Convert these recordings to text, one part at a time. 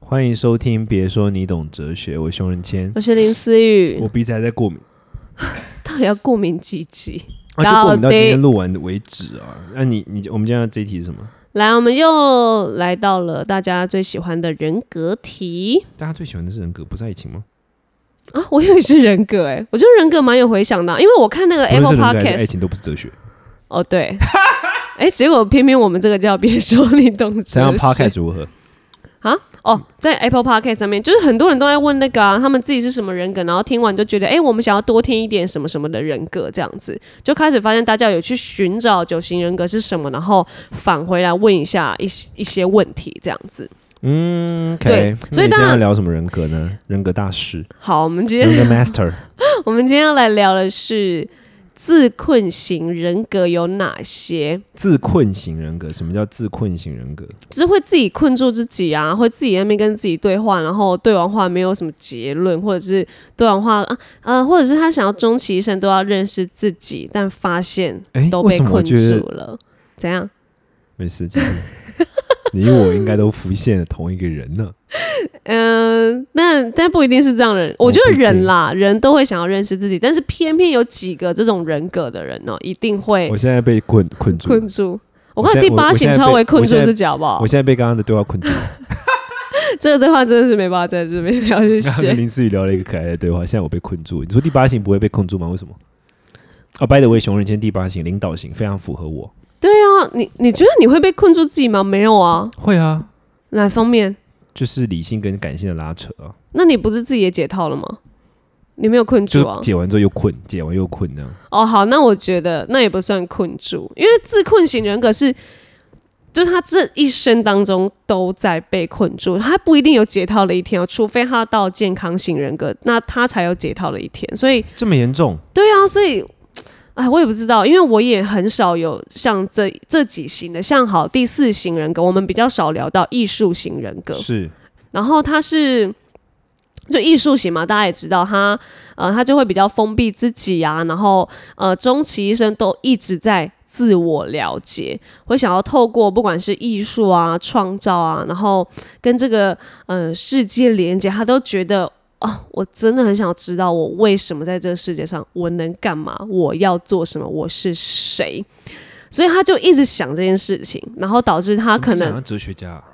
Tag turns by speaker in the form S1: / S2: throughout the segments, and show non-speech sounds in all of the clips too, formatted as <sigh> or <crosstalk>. S1: 欢迎收听，别说你懂哲学，我是熊仁谦
S2: 我，是林思雨
S1: 我，鼻子还在过敏，
S2: 到底要过敏几集？
S1: 啊，就
S2: 到
S1: 过敏到今
S2: 底
S1: 天录完为止啊。那、你你我们今天要这一题是什么？
S2: 来，我们又来到了大家最喜欢的人格题
S1: 大家最喜欢的是人格，不是爱情吗？
S2: 啊！我以为是人格哎、我觉得人格蛮有回响的啊、因为我看那个
S1: 不论是
S2: Apple
S1: 人格还是爱
S2: Podcast，
S1: 情，都不哎是哲学。
S2: 哦对， <laughs> 哎、结果偏偏我们这个叫别说 <laughs> 你懂哲学
S1: 怎样 Podcast 如何？
S2: 啊哦，在 Apple Podcast 上面，就是很多人都在问那个、啊、他们自己是什么人格，然后听完就觉得，哎、我们想要多听一点什么什么的人格，这样子就开始发现大家有去寻找九型人格是什么，然后返回来问一下一些一些问题，这样子。
S1: 嗯，OK
S2: 对
S1: 那
S2: 所以
S1: 你今
S2: 当
S1: 天
S2: 然
S1: 要聊什么人格呢？人格大 <laughs> 师，
S2: 好，我们今
S1: 人
S2: 天
S1: 格 Master。
S2: <laughs> 我们今天要来聊的是自困型人格有哪些？
S1: 自困型人格，什么叫自困型人格？
S2: 就是会自己困住自己啊，会自己在那边跟自己对话，然后对完话没有什么结论，或者是对完话啊呃，或者是他想要终其一生都要认识自己，但发现
S1: 哎、
S2: 都
S1: 为
S2: 被
S1: 什么我
S2: 困
S1: 觉
S2: 住
S1: 得
S2: 了，怎样？
S1: 没事？继续 <laughs> 你我应该都浮现了同一个人呢。
S2: 嗯、那但不一定是这样的
S1: 哦
S2: 人，我觉得人啦，人都会想要认识自己，但是偏偏有几个这种人格的人呢、一定会
S1: 我现在被困困住了，
S2: 困哦住。
S1: 我
S2: 我看
S1: 现在
S2: 第八
S1: 我现
S2: 型
S1: 在
S2: 超
S1: 被
S2: 为困
S1: 我
S2: 住
S1: 现在
S2: 自己，好不好
S1: 我？现在被刚刚的对话困住了。
S2: 这个对话真的是没办法在这边聊 <laughs>
S1: 刚
S2: 这
S1: 刚
S2: 些
S1: 跟。林思雨聊了一个可爱的对话，现在我被困住。你说第八型不会被困住吗？为什么？哦、b y the way，熊仁谦第八型领导型非常符合我。
S2: 对啊，你你觉得你会被困住自己吗？没有啊，
S1: 会啊，
S2: 哪方面？
S1: 就是理性跟感性的拉扯啊，
S2: 那你不是自己也解套了吗？你没有困
S1: 就
S2: 住啊
S1: 是？解完之后又困，解完又困这样。
S2: 哦，好，那我觉得那也不算困住，因为自困型人格是，就是他这一生当中都在被困住，他不一定有解套的一天哦，除非他到健康型人格，那他才有解套的一天。所以，
S1: 这么严重？
S2: 对啊，所以。哎，我也不知道，因为我也很少有像这这几型的，像好第四型人格，我们比较少聊到艺术型人格。
S1: 是
S2: 然后他是就艺术型嘛，大家也知道他，呃，他就会比较封闭自己啊，然后呃，终其一生都一直在自我了解，会想要透过不管是艺术啊、创造啊，然后跟这个呃世界连接，他都觉得。哦，我真的很想知道我为什么在这个世界上，我能干嘛，我要做什么，我是谁，所以他就一直想这件事情，然后导致他可
S1: 怎么
S2: 能
S1: 讲啊哲学家啊、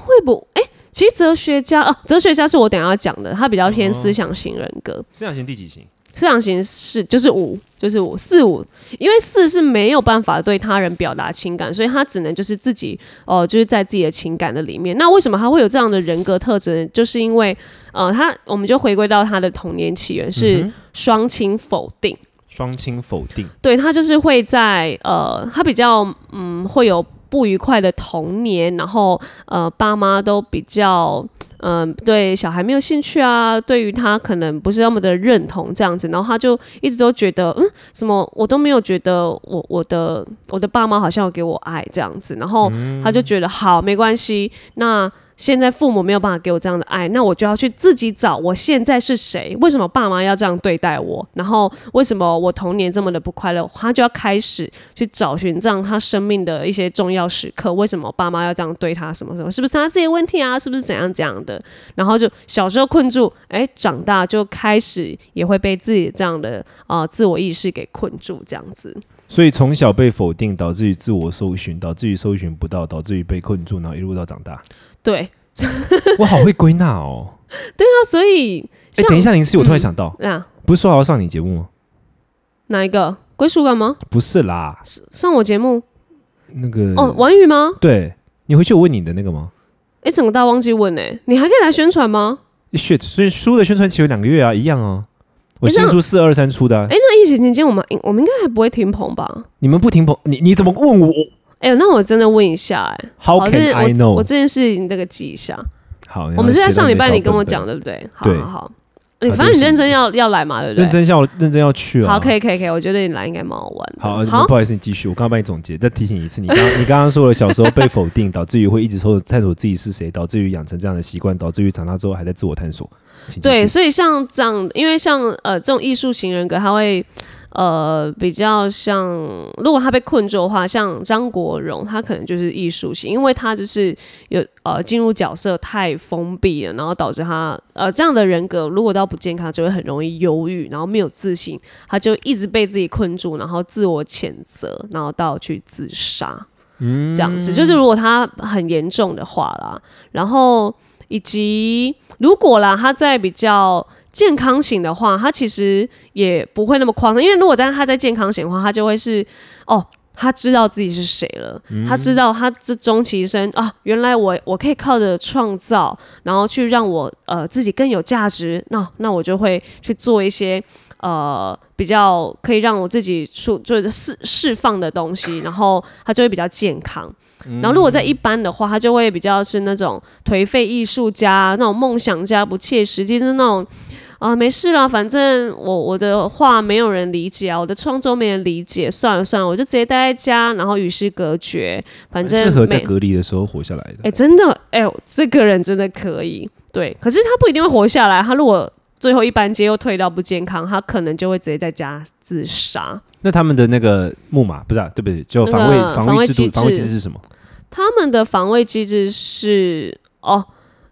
S2: 会不？哎、其实哲学家啊，哲学家是我等一下要讲的，他比较偏思想型人格，
S1: 思想型第几型？
S2: 思想型是就是五，就是五四五，因为四是没有办法对他人表达情感，所以他只能就是自己哦、呃就是在自己的情感的里面。那为什么他会有这样的人格特质呢？就是因为呃，他我们就回归到他的童年起源是双亲否定。
S1: 双亲否定，
S2: 对他就是会在呃，他比较嗯会有不愉快的童年，然后呃爸妈都比较嗯、对小孩没有兴趣啊，对于他可能不是那么的认同这样子，然后他就一直都觉得嗯什么我都没有觉得我我的我的爸妈好像有给我爱这样子，然后他就觉得好没关系，那。现在父母没有办法给我这样的爱，那我就要去自己找我现在是谁？为什么爸妈要这样对待我？然后为什么我童年这么的不快乐？他就要开始去找寻这样他生命的一些重要时刻，为什么爸妈要这样对他？什么什么？是不是他自己的问题啊？是不是怎样怎样的？然后就小时候困住，哎，长大就开始也会被自己这样的啊、呃自我意识给困住，这样子。
S1: 所以从小被否定，导致于自我搜寻，导致于搜寻不到，导致于被困住，然后一路到长大。
S2: 对，
S1: <laughs> 我好会归纳哦。
S2: 那所以
S1: 哎、
S2: 像
S1: 等一下，林思雨，我突然想到，
S2: 啊，
S1: 不是说好要上你节目吗？
S2: 哪一个归属感吗？
S1: 不是啦，
S2: 上我节目
S1: 那个
S2: 哦，玩语吗？
S1: 对你回去有问你的那个吗？
S2: 哎，整个大忘记问哎，你还可以来宣传吗？
S1: 诶 shit，所以书的宣传期有两个月啊，一样啊。我
S2: 诶这
S1: 新
S2: 样
S1: 书四二三出的啊、
S2: 哎，那疫情期间我们我们应该还不会停棚吧？
S1: 你们不停捧你，你怎么问我
S2: 哎、那我真的问一下、哎，
S1: ？How
S2: 好，这
S1: can
S2: 件
S1: I
S2: 我
S1: know？哎
S2: 我这件事情那个记一下。
S1: 好，
S2: 我们是在上礼拜你跟我
S1: 的
S2: 讲，
S1: 小
S2: 对不对？好
S1: 对
S2: 好好，你反正你认真要要来嘛，对
S1: 本
S2: 不
S1: 本，认
S2: 对？
S1: 真要认真要去啊。
S2: 好，可以可以可以，我觉得你来应该蛮好玩的。
S1: 好，呃
S2: 好
S1: 不，好意思，你继续。我刚刚帮你总结，再提醒一次，你刚 <laughs> 你刚刚说了小时候被否定，导致于会一直搜探索自己是谁，导致于养成这样的习惯，导致于长大之后还在自我探索。请继续
S2: 对，所以像这样，因为像呃这种艺术型人格，他会呃比较像，如果他被困住的话，像张国荣，他可能就是艺术型，因为他就是有呃进入角色太封闭了，然后导致他呃这样的人格如果到不健康，就会很容易忧郁，然后没有自信，他就一直被自己困住，然后自我谴责，然后到去自杀。这样子，就是如果他很严重的话啦，然后以及如果啦，他在比较健康型的话，他其实也不会那么夸张，因为如果但是他在健康型的话，他就会是哦。他知道自己是谁了，他知道他这终其一生啊，原来我我可以靠着创造，然后去让我呃自己更有价值，那那我就会去做一些呃比较可以让我自己出就是释释放的东西，然后它就会比较健康。
S1: 嗯
S2: 然后如果在一般的话，它就会比较是那种颓废艺术家、那种梦想家、不切实际，就是那种。啊，没事啦，反正我我的话没有人理解啊，我的创作没人理解，算了算了，我就直接待在家，然后与世隔绝，反正
S1: 适合在
S2: 没
S1: 隔离的时候活下来
S2: 哎、
S1: 的。
S2: 真的，哎、呦，这个人真的可以，对。可是他不一定会活下来，他如果最后一班街又退到不健康，他可能就会直接在家自杀。
S1: 那他们的那个木马不是啊，对不对？就防卫
S2: 那个
S1: 防卫制
S2: 防卫机
S1: 度
S2: 制
S1: 防卫机制是什么？
S2: 他们的防卫机制是哦，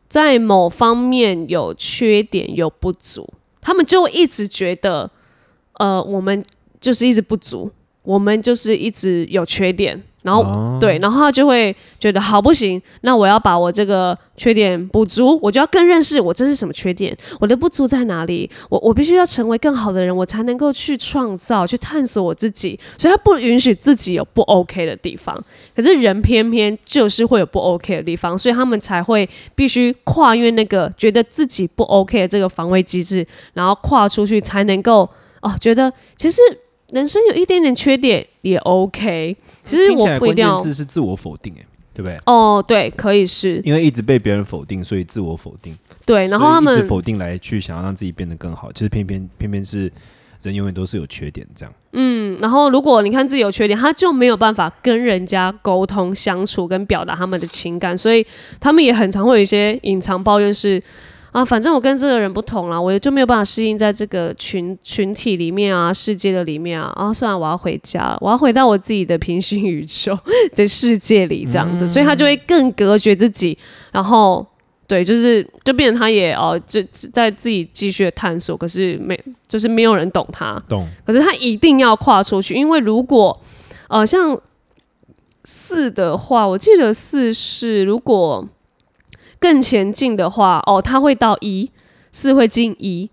S2: 在某方面有缺点有不足，他们就一直觉得，呃，我们就是一直不足，我们就是一直有缺点，然后
S1: 哦
S2: 对，然后他就会觉得好不行，那我要把我这个缺点补足，我就要更认识我这是什么缺点，我的不足在哪里，我我必须要成为更好的人，我才能够去创造、去探索我自己。所以他不允许自己有不 OK 的地方，可是人偏偏就是会有不 OK 的地方，所以他们才会必须跨越那个觉得自己不 OK 的这个防卫机制，然后跨出去才能够哦，觉得其实人生有一点点缺点也 OK，其实
S1: 听起
S2: 我
S1: 来
S2: 不一
S1: 关
S2: 定要
S1: 键。字是自我否定，哎，对不对？
S2: 哦，对，可以是，
S1: 因为一直被别人否定，所以自我否定，
S2: 对，然后
S1: 所以
S2: 他
S1: 一直
S2: 们
S1: 否定来去想要让自己变得更好，其实偏偏偏偏是人永远都是有缺点这样。
S2: 嗯，然后如果你看自己有缺点，他就没有办法跟人家沟通、相处跟表达他们的情感，所以他们也很常会有一些隐藏抱怨是。啊，反正我跟这个人不同啦，我就没有办法适应在这个群群体里面啊，世界的里面啊。啊，算了，我要回家了，我要回到我自己的平行宇宙的世界里，这样子，所以他就会更隔绝自己，然后对，就是就变成他也哦，就在自己继续的探索，可是没就是没有人懂他，
S1: 懂？
S2: 可是他一定要跨出去，因为如果呃像四的话，我记得四是如果更前进的话，哦，他会到一，四会进一，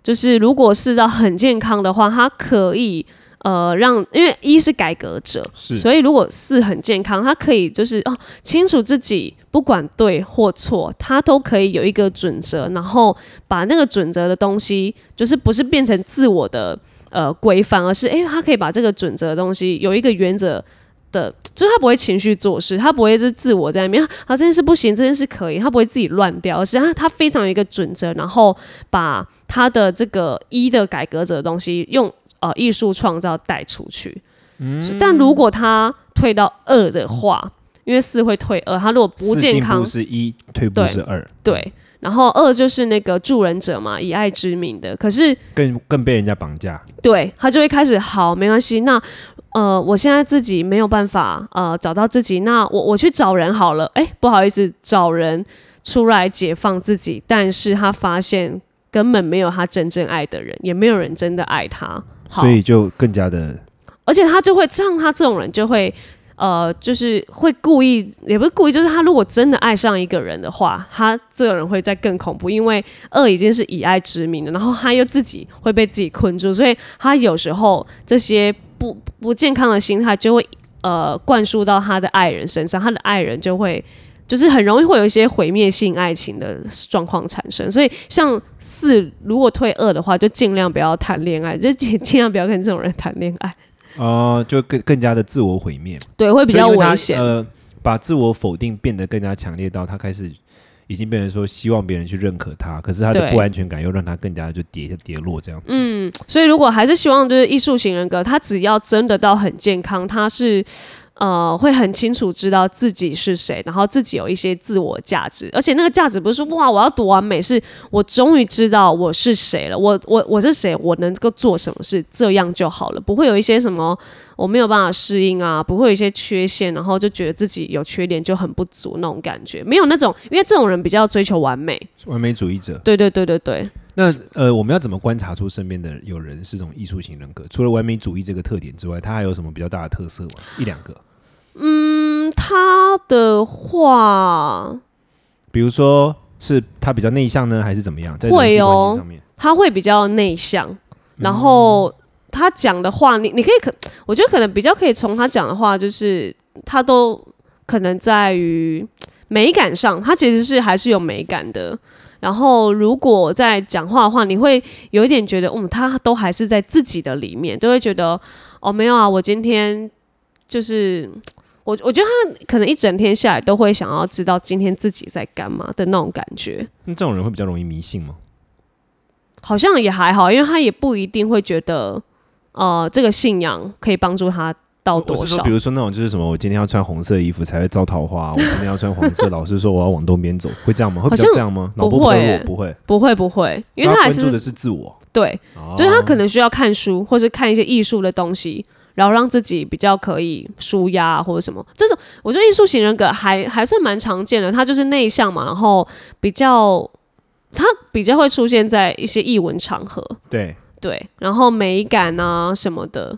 S2: 就是如果是到很健康的话，它可以。呃，让因为一是改革者，
S1: 是
S2: 所以如果四很健康，他可以就是哦，清楚自己不管对或错，他都可以有一个准则，然后把那个准则的东西，就是不是变成自我的呃规范，而是诶，他可以把这个准则的东西有一个原则的，就是他不会情绪做事，他不会是自我在那边啊，啊这件事不行，这件事可以，他不会自己乱掉，而是他他非常有一个准则，然后把他的这个一的改革者的东西用呃艺术创造带出去。
S1: 嗯
S2: 是但如果他退到二的话，因为四会退二，他如果不
S1: 四
S2: 健
S1: 进
S2: 康
S1: 步，是一，退步
S2: 对
S1: 是二，
S2: 对，然后二就是那个助人者嘛，以爱之名的，可是
S1: 更更被人家绑架。
S2: 对他就会开始好，没关系，那呃，我现在自己没有办法呃找到自己，那我我去找人好了。哎，不好意思，找人出来解放自己，但是他发现根本没有他真正爱的人，也没有人真的爱他。好
S1: 所以就更加的
S2: 而且他就会像他这种人就会。呃，就是会故意，也不是故意，就是他如果真的爱上一个人的话，他这个人会再更恐怖，因为恶已经是以爱之名了，然后他又自己会被自己困住，所以他有时候这些不不健康的心态就会呃灌输到他的爱人身上，他的爱人就会就是很容易会有一些毁灭性爱情的状况产生。所以像四如果退二的话，就尽量不要谈恋爱，就尽尽量不要跟这种人谈恋爱。
S1: 呃，就更更加的自我毁灭，
S2: 对，会比
S1: 就
S2: 较
S1: 因为他
S2: 危险。
S1: 呃，把自我否定变得更加强烈到他开始已经变成说希望别人去认可他，可是他的
S2: 对
S1: 不安全感又让他更加就跌跌落这样子。
S2: 嗯，所以如果还是希望就是艺术型人格，他只要真的到很健康，他是呃会很清楚知道自己是谁，然后自己有一些自我价值，而且那个价值不是说哇我要多完美，是我终于知道我是谁了，我我我是谁，我能够做什么事，这样就好了，不会有一些什么我没有办法适应啊，不会有一些缺陷，然后就觉得自己有缺点就很不足那种感觉，没有那种，因为这种人比较追求完美，
S1: 完美主义者。
S2: 对对对对对，
S1: 那呃，我们要怎么观察出身边的有人是这种艺术型人格？除了完美主义这个特点之外，他还有什么比较大的特色吗？一两个，
S2: 嗯，他的话
S1: 比如说是他比较内向呢，还是怎么样？在人
S2: 会
S1: 际关
S2: 哦
S1: 系上面，
S2: 他会比较内向，然后他讲的话，你你可以可，我觉得可能比较可以从他讲的话，就是他都可能在于美感上，他其实是还是有美感的。然后如果在讲话的话，你会有一点觉得，嗯，他都还是在自己的里面，都会觉得，哦，没有啊，我今天就是。我我觉得他可能一整天下来都会想要知道今天自己在干嘛的那种感觉。
S1: 那这种人会比较容易迷信吗？
S2: 好像也还好，因为他也不一定会觉得，呃，这个信仰可以帮助他到
S1: 我
S2: 多
S1: 是说，
S2: 少
S1: 比。如说那种就是什么，我今天要穿红色衣服才会招桃花，我 <laughs> 今天要穿黄色，老师说我要往东边走，会这样吗？会比较
S2: 好像
S1: 这样吗？
S2: 不
S1: 脑波比较
S2: 会
S1: 弱
S2: 欸，
S1: 不会，
S2: 不会不会，因
S1: 所以
S2: 为他还
S1: 关注
S2: 是
S1: 的是自我，
S2: 对，
S1: 哦
S2: 就是他可能需要看书，或是看一些艺术的东西，然后让自己比较可以舒压或者什么。这种我觉得艺术型人格还还算蛮常见的，他就是内向嘛，然后比较他比较会出现在一些艺文场合，
S1: 对。
S2: 对，然后美感啊什么的，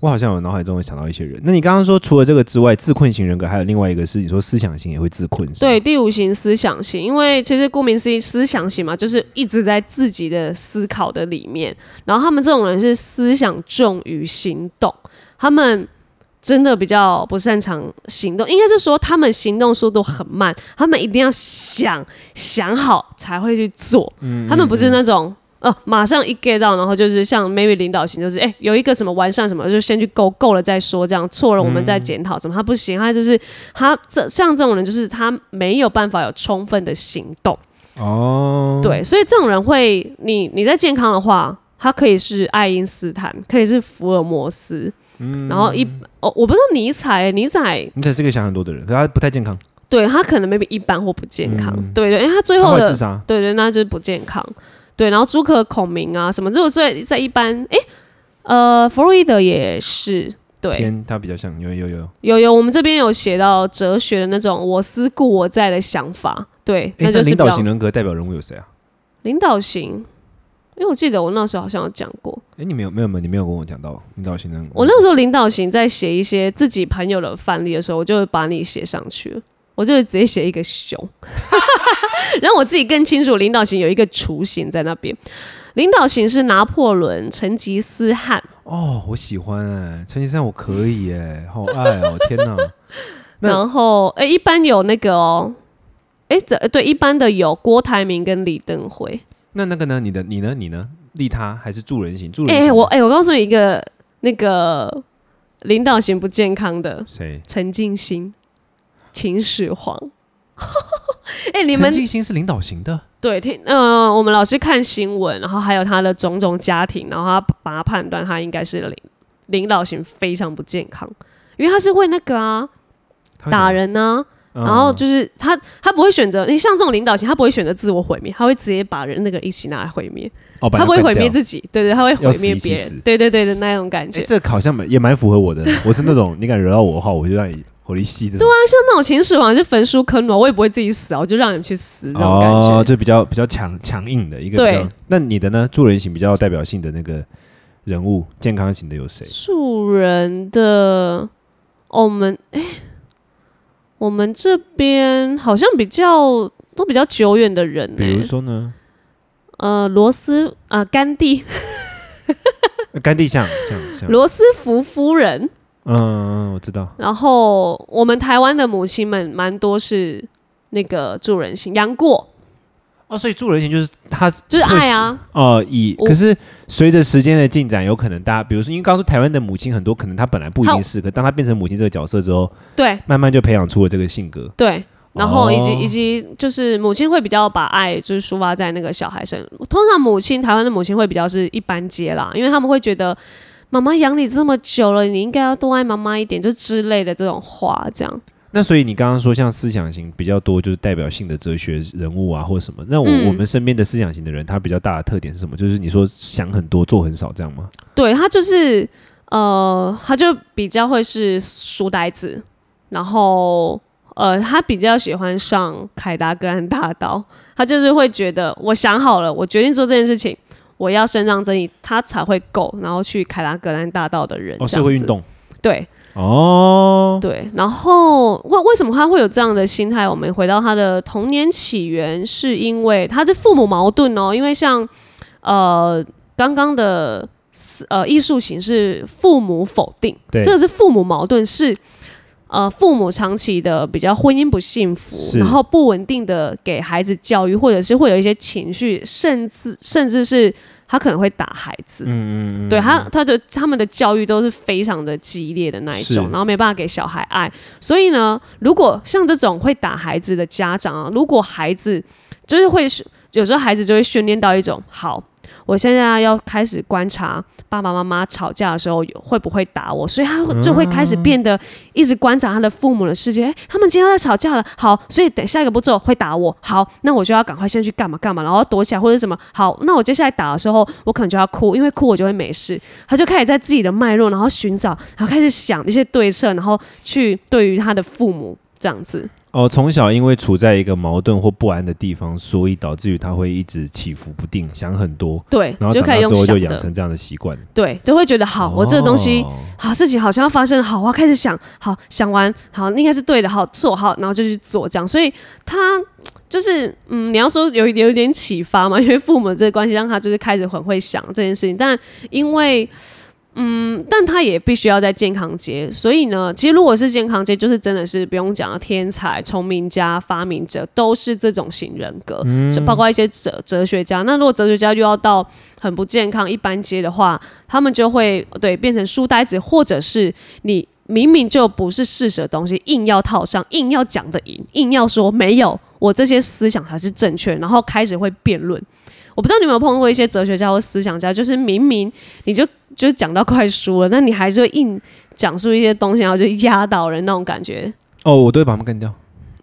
S1: 我好像有脑海中有想到一些人。那你刚刚说除了这个之外，自困型人格还有另外一个是你说思想型也会自困，是吗
S2: 对，第五型思想型，因为其实顾名思义，思想型嘛，就是一直在自己的思考的里面。然后他们这种人是思想重于行动，他们真的比较不擅长行动，应该是说他们行动速度很慢，他们一定要想想好才会去做。他们不是那种。哦，马上一 get 到，然后就是像 maybe 领导型，就是哎、有一个什么完善什么，就先去够够了再说，这样错了我们再检讨什么。他不行，他就是他这像这种人，就是他没有办法有充分的行动，
S1: 哦，
S2: 对，所以这种人会，你你在健康的话，他可以是爱因斯坦，可以是福尔摩斯，
S1: 嗯
S2: 然后一哦，我不知道尼采，尼采
S1: 你才是个想很多的人，可他不太健康，
S2: 对他可能 maybe 一般或不健康，
S1: 嗯
S2: 对对，因为他最
S1: 他
S2: 后
S1: 会
S2: 的
S1: 自杀。
S2: 对对，那就是不健康。对，然后诸葛孔明啊什么，如果说在一般，诶，呃，弗洛伊德也是，对，
S1: 偏他比较像有有有，
S2: 有有，我们这边有写到哲学的那种“我思故我在”的想法，对，
S1: 诶
S2: 就是
S1: 领
S2: 比
S1: 导
S2: 较
S1: 型人格代表人物有谁啊？
S2: 领导型，因为我记得我那时候好像有讲过，
S1: 哎，你没有没有没有，你没有跟我讲到领导型人格。
S2: 我那时候领导型在写一些自己朋友的范例的时候，我就会把你写上去了，我就会直接写一个熊，让我自己更清楚领导型有一个雏形在那边。领导型是拿破仑、成吉思汗，
S1: 哦，我喜欢哎，成吉思汗我可以哎，好爱哦，天哪！ <laughs> 那
S2: 然后诶，一般有那个哦，诶，这对一般的有郭台铭跟李登辉。
S1: 那那个呢？你的你呢？你呢？利他还是助人型？助人
S2: 诶，
S1: 型
S2: 我诶，我告诉你一个那个领导型不健康的，
S1: 谁？
S2: 陈静心、秦始皇。 <laughs> 哎、你们
S1: 陈静心是领导型的，
S2: 对听呃，我们老师看新闻，然后还有他的种种家庭，然后他把他判断他应该是领领导型非常不健康，因为他是会那个啊
S1: 他会
S2: 打
S1: 怎么
S2: 人呢、
S1: 样，
S2: 然后
S1: 嗯
S2: 就是他他不会选择，你像这种领导型，他不会选择自我毁灭，他会直接把人那个一起拿来毁灭，
S1: 哦，把
S2: 他不会
S1: 干
S2: 毁灭
S1: 掉
S2: 自己，对对，他会毁
S1: 要死
S2: 灭
S1: 一起
S2: 别
S1: 死
S2: 人，对对对的那种感觉
S1: 哎，。这个好像蛮也蛮符合我
S2: <laughs>
S1: 的。我是那种你敢惹到我的话，我就让你火力吸的。对啊，
S2: 像那种秦始皇就焚书坑儒，我也不会自己死啊，我就让你们去死这种感觉。
S1: 哦，就比较比较强强硬的一个。比
S2: 对
S1: 较，那你的呢？助人型比较有代表性的那个人物，健康型的有谁？
S2: 助人的，哦我们哎、我们这边好像比较都比较久远的人、
S1: 比如
S2: 欸，
S1: 说呢，
S2: 呃，罗斯啊、呃，甘地，
S1: 嗯呃 <laughs> 甘地像像像，
S2: 罗斯福夫人，
S1: 嗯嗯，我知道。
S2: 然后我们台湾的母亲们蛮多是那个助人型，杨过
S1: 哦，所以助人型就是他
S2: 就是爱。啊，
S1: 哦，以
S2: 我
S1: 可是随着时间的进展，有可能大家，比如说，因为刚刚说台湾的母亲很多，可能她本来不一定
S2: 好
S1: 是，可当她变成母亲这个角色之后，
S2: 对
S1: 慢慢就培养出了这个性格。
S2: 对。然后以及、
S1: 哦
S2: 以及就是母亲会比较把爱就是抒发在那个小孩身，通常母亲台湾的母亲会比较是一般接啦，因为他们会觉得妈妈养你这么久了，你应该要多爱妈妈一点，就之类的这种话，这样。
S1: 那所以你刚刚说像思想型比较多，就是代表性的哲学人物啊，或者什么。那我、
S2: 嗯
S1: 我们身边的思想型的人，他比较大的特点是什么？就是你说想很多，做很少，这样吗？
S2: 对他就是呃，他就比较会是书呆子，然后呃，他比较喜欢上凯达格兰大道，他就是会觉得我想好了，我决定做这件事情。我要伸张正义，他才会够，然后去凯达格兰大道的人。
S1: 哦，
S2: 这
S1: 社
S2: 样
S1: 会运
S2: 子。
S1: 动
S2: 对，
S1: 哦，
S2: 对，然后为为什么他会有这样的心态？我们回到他的童年起源，是因为他的父母矛盾哦。因为像呃刚刚的思呃艺术型是父母否定，
S1: 对
S2: 这个是父母矛盾，是呃父母长期的比较婚姻不幸福，
S1: 是
S2: 然后不稳定的给孩子教育，或者是会有一些情绪，甚至甚至是他可能会打孩子。
S1: 嗯嗯嗯，
S2: 对他，他的他们的教育都是非常的激烈的那一种
S1: 是，
S2: 然后没办法给小孩爱。所以呢，如果像这种会打孩子的家长啊，如果孩子就是会有时候孩子就会训练到一种，好，我现在要开始观察爸爸妈妈吵架的时候有会不会打我，所以他会就会开始变得一直观察他的父母的世界。诶，他们今天要在吵架了，好，所以等下一个步骤会打我，好，那我就要赶快先去干嘛干嘛，然后躲起来或者什么。好，那我接下来打的时候，我可能就要哭，因为哭我就会没事。他就开始在自己的脉络，然后寻找，然后开始想一些对策，然后去对于他的父母这样子。
S1: 哦，从小因为处在一个矛盾或不安的地方，所以导致于他会一直起伏不定，想很多，
S2: 对
S1: 然，后
S2: 就
S1: 长
S2: 可
S1: 大
S2: 以
S1: 之
S2: 用
S1: 后
S2: 想
S1: 就养
S2: 的，
S1: 成这样的习惯。
S2: 对，就会觉得好，我这个东西
S1: 哦
S2: 好事情好像要发生了，好，我要开始想，好想完，好应该是对的，好做好，然后就去做这样，所以他就是嗯，你要说有一有一点启发嘛，因为父母这个关系让他就是开始很会想这件事情，但因为嗯，但他也必须要在健康街，所以呢，其实如果是健康街，就是真的是不用讲了，天才、聪明家、发明者都是这种型人格，就包括一些哲哲学家。那如果哲学家又要到很不健康一般街的话，他们就会对变成书呆子，或者是你明明就不是事实的东西，硬要套上，硬要讲的赢，硬要说没有，我这些思想才是正确，然后开始会辩论。我不知道你有没有碰过一些哲学家或思想家，就是明明你就就讲到快输了，那你还是会硬讲出一些东西，然后就压倒人那种感觉。
S1: 哦，我都会把他们干掉。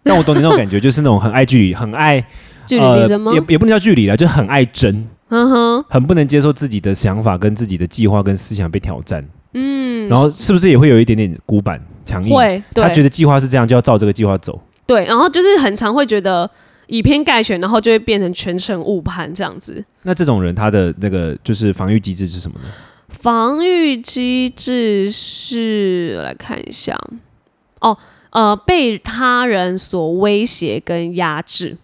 S1: 但我懂你那种感觉，就是那种很爱距离，很
S2: <laughs>
S1: 爱
S2: 据理力争吗
S1: 呃？也也不能叫距离了，就很爱争，
S2: 嗯哼，
S1: 很不能接受自己的想法跟自己的计划跟思想被挑战。嗯，然后是不是也会有一点点古板强硬？
S2: 会
S1: 嗯他觉
S2: 对
S1: 得计划是这样，就要照这个计划走。
S2: 对，然后就是很常会觉得以偏概全，然后就会变成全程误判这样子。
S1: 那这种人他的那个就是防御机制是什么呢？
S2: 防御机制是，我来看一下，哦，呃，被他人所威胁跟压制，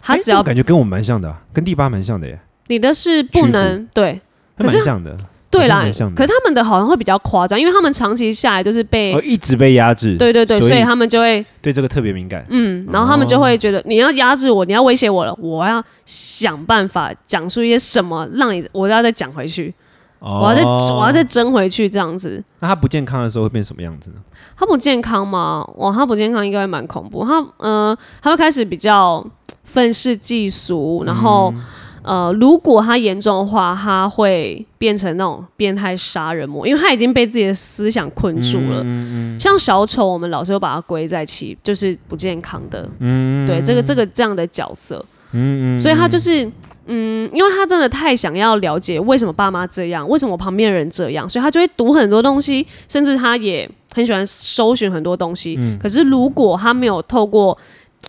S2: 他
S1: 哎
S2: 只
S1: 这种
S2: 要
S1: 感觉跟我们蛮像的啊、跟第八蛮像的耶，
S2: 你的是
S1: 屈服
S2: 不能对
S1: 还
S2: 可是
S1: 蛮像的。
S2: 对
S1: 好像
S2: 啦
S1: 蛮像，的
S2: 可是他们的好像会比较夸张，因为他们长期下来都是被
S1: 哦，一直被压制，
S2: 对对对，
S1: 所
S2: 所以
S1: 以哦
S2: 他们就会
S1: 对这个特别敏感。
S2: 嗯，然后他们就会觉得你要压制我，你要威胁我了，我要想办法讲出一些什么，让你我要再讲回去，
S1: 哦
S2: 我要再我要再争回去这样子。
S1: 那他不健康的时候会变什么样子呢？
S2: 他不健康吗？哇，他不健康应该会蛮恐怖。他呃，他会开始比较愤世嫉俗，然后、呃，如果他严重的话，他会变成那种变态杀人魔，因为他已经被自己的思想困住了。像小丑，我们老是会把它归在其就是不健康的，嗯，对，这个这个这样的角色，嗯，所以他就是。嗯，因为他真的太想要了解为什么爸妈这样，为什么我旁边的人这样，所以他就会读很多东西，甚至他也很喜欢搜寻很多东西。
S1: 嗯
S2: 可是如果他没有透过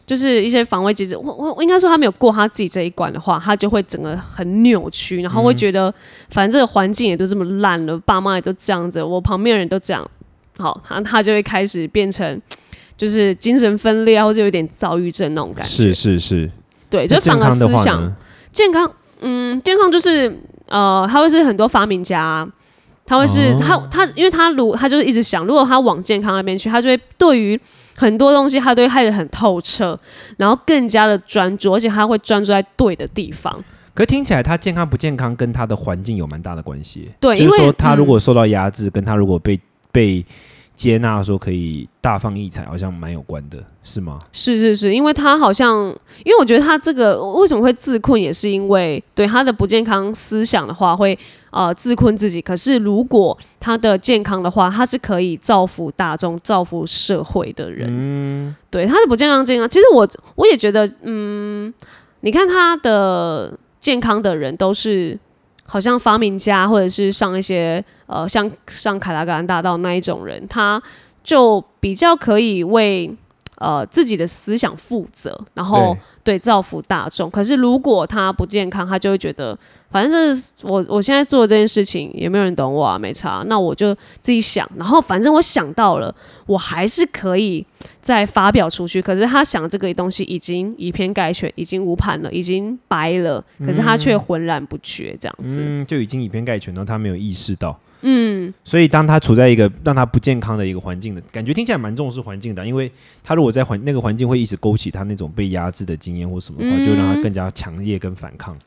S2: 就是一些防卫机制，我我我应该说他没有过他自己这一关的话，他就会整个很扭曲，然后会
S1: 嗯
S2: 觉得、反正这个环境也都这么烂了，爸妈也都这样子，我旁边的人都这样，好，他他就会开始变成就是精神分裂啊，或者有点躁郁症那种感觉。
S1: 是是是，
S2: 对，
S1: 那
S2: 就反
S1: 健
S2: 而
S1: 康的话
S2: 思想
S1: 呢？
S2: 健康，嗯，健康就是呃，他会是很多发明家啊、他会是、
S1: 哦
S2: 他他，因为他如他就是一直想，如果他往健康那边去，他就会对于很多东西，他都会开始很透彻，然后更加的专注，而且他会专注在对的地方。
S1: 可听起来他健康不健康跟他的环境有蛮大的关系耶。
S2: 对
S1: 就是
S2: 因为
S1: 说他
S2: 嗯
S1: 如果受到压制，跟他如果被被接纳说可以大放异彩，好像蛮有关的，是吗？
S2: 是是是，因为他好像，因为我觉得他这个为什么会自困，也是因为对他的不健康思想的话会呃自困自己。可是如果他的健康的话，他是可以造福大众、造福社会的人。
S1: 嗯，
S2: 对他的不健康健康，其实我我也觉得，嗯，你看他的健康的人都是好像发明家，或者是上一些呃像上凯拉格兰大道那一种人，他就比较可以为呃自己的思想负责，然后对造福大众。可是如果他不健康，他就会觉得反正这是我我现在做的这件事情也没有人懂我啊，没差，那我就自己想，然后反正我想到了，我还是可以再发表出去。可是他想这个东西已经以偏概全，已经无盘了，已经白了，可是他却浑然不觉这样子。
S1: 嗯，就已经以偏概全，然后他没有意识到。嗯，所以当他处在一个让他不健康的一个环境的感觉，听起来蛮重视环境的，因为他如果在环那个环境会一直勾起他那种被压制的经验或什么的话，就会让
S2: 嗯
S1: 他更加强烈跟反抗。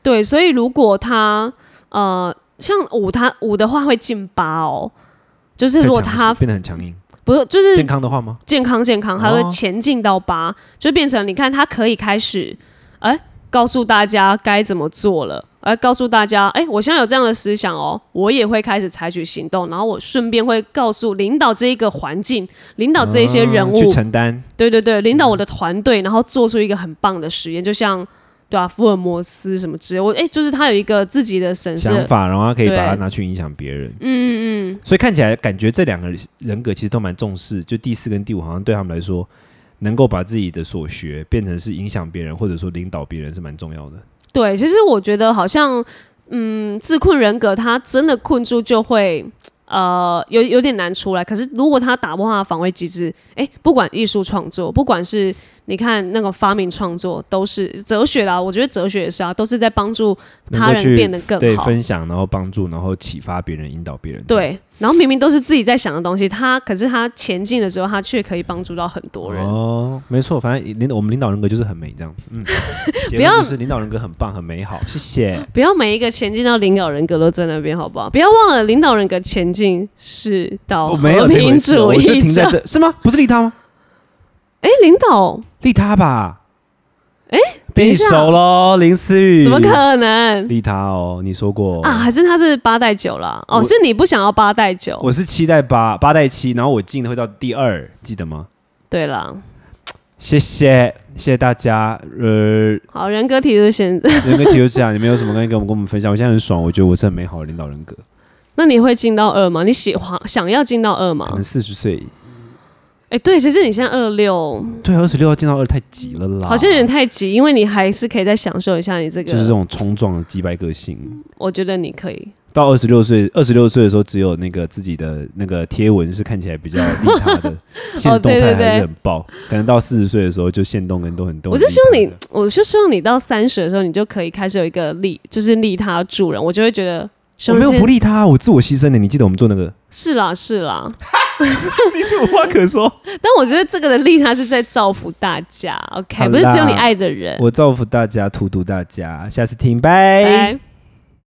S2: 对，所以如果他呃，像五他五的话会进八哦，就是如果
S1: 更强势
S2: 他
S1: 变得很强硬，
S2: 不是就是
S1: 健康的话吗？
S2: 健康健康，它会前进到八、就变成你看，它可以开始，哎、告诉大家该怎么做了，哎、告诉大家，哎、我现在有这样的思想哦，我也会开始采取行动，然后我顺便会告诉领导这一个环境，领导这一些人
S1: 嗯
S2: 物，
S1: 去承担，
S2: 对对对，领导我的团队，然后做出一个很棒的实验，就像。对啊，福尔摩斯什么之类，我哎、就是他有一个自己的审视，
S1: 想法，然后他可以把它
S2: 对
S1: 拿去影响别人。嗯嗯嗯。所以看起来感觉这两个人格其实都蛮重视，就第四跟第五好像对他们来说，能够把自己的所学变成是影响别人或者说领导别人是蛮重要的。
S2: 对，其实我觉得好像，嗯，自困人格他真的困住就会。呃，有有点难出来。可是如果他打破他的防卫机制，哎、不管艺术创作，不管是你看那种发明创作，都是哲学啦。我觉得哲学也是啊，都是在帮助他
S1: 能够去
S2: 人变得更
S1: 对
S2: 好。
S1: 分享，然后帮助，然后启发别人，引导别人。
S2: 对，然后明明都是自己在想的东西，他可是他前进的时候，他却可以帮助到很多人。
S1: 哦，没错，反正领我们领导人格就是很美这样子，
S2: <laughs>
S1: 嗯，结论
S2: 不要
S1: 就是领导人格很棒，很美好，谢谢。
S2: 不要每一个前进到领导人格都在那边，好不好？不要忘了领导人格前进是到
S1: 我哦没有
S2: 和
S1: 这回
S2: 平
S1: 事，
S2: 主
S1: 我就
S2: 义
S1: 停在
S2: 者。
S1: 这，是吗？不是利他吗？
S2: 哎、领导
S1: 利他吧？
S2: 哎，
S1: 比
S2: 等
S1: 你
S2: 一下
S1: 熟喽，林思雨。
S2: 怎么可能
S1: 利他哦？你说过
S2: 嗯啊？还是他是八代九啦？
S1: 我
S2: 哦，是你不想要八代九？
S1: 我是七代八，八代七，然后我进的会到第二，记得吗？
S2: 对啦，
S1: 谢谢，谢谢大家。呃，
S2: 好，人格体就是现在。
S1: 人格题就这样，你们有什么可以跟我们跟我们分享？我现在很爽，我觉得我是很美好的领导人格。
S2: <laughs> 那你会进到二吗？你喜欢想要进到二
S1: 可
S2: 吗
S1: 能？四十岁，
S2: 哎、对，其实你现在二六
S1: 对啊二十六要进到二太急了啦，
S2: 好像有点太急，因为你还是可以再享受一下你这
S1: 啊
S2: 个。
S1: 就是这种冲撞的击败个性。
S2: 我觉得你可以。
S1: 到二十六岁，二十六岁的时候，只有那个自己的那个贴文是看起来比较利他
S2: <laughs>
S1: 的，现实动
S2: 哦对
S1: 态
S2: 对对
S1: 还是很爆。可能到四十岁的时候，就现动跟都很动。
S2: 我就希望你，我就希望你到三十的时候，你就可以开始有一个利，就是利他助人。我就会觉得，
S1: 我
S2: 熊
S1: 没有
S2: 先
S1: 不利他，我自我牺牲的。你记得我们做那个，
S2: 是啦是啦，
S1: <laughs> 你是无话可说。
S2: 但我觉得这个的利他是在造福大家
S1: 好
S2: ，OK，不是只有你
S1: 啦
S2: 爱的人。
S1: 我造福大家，荼毒大家，下次听，拜。
S2: 拜。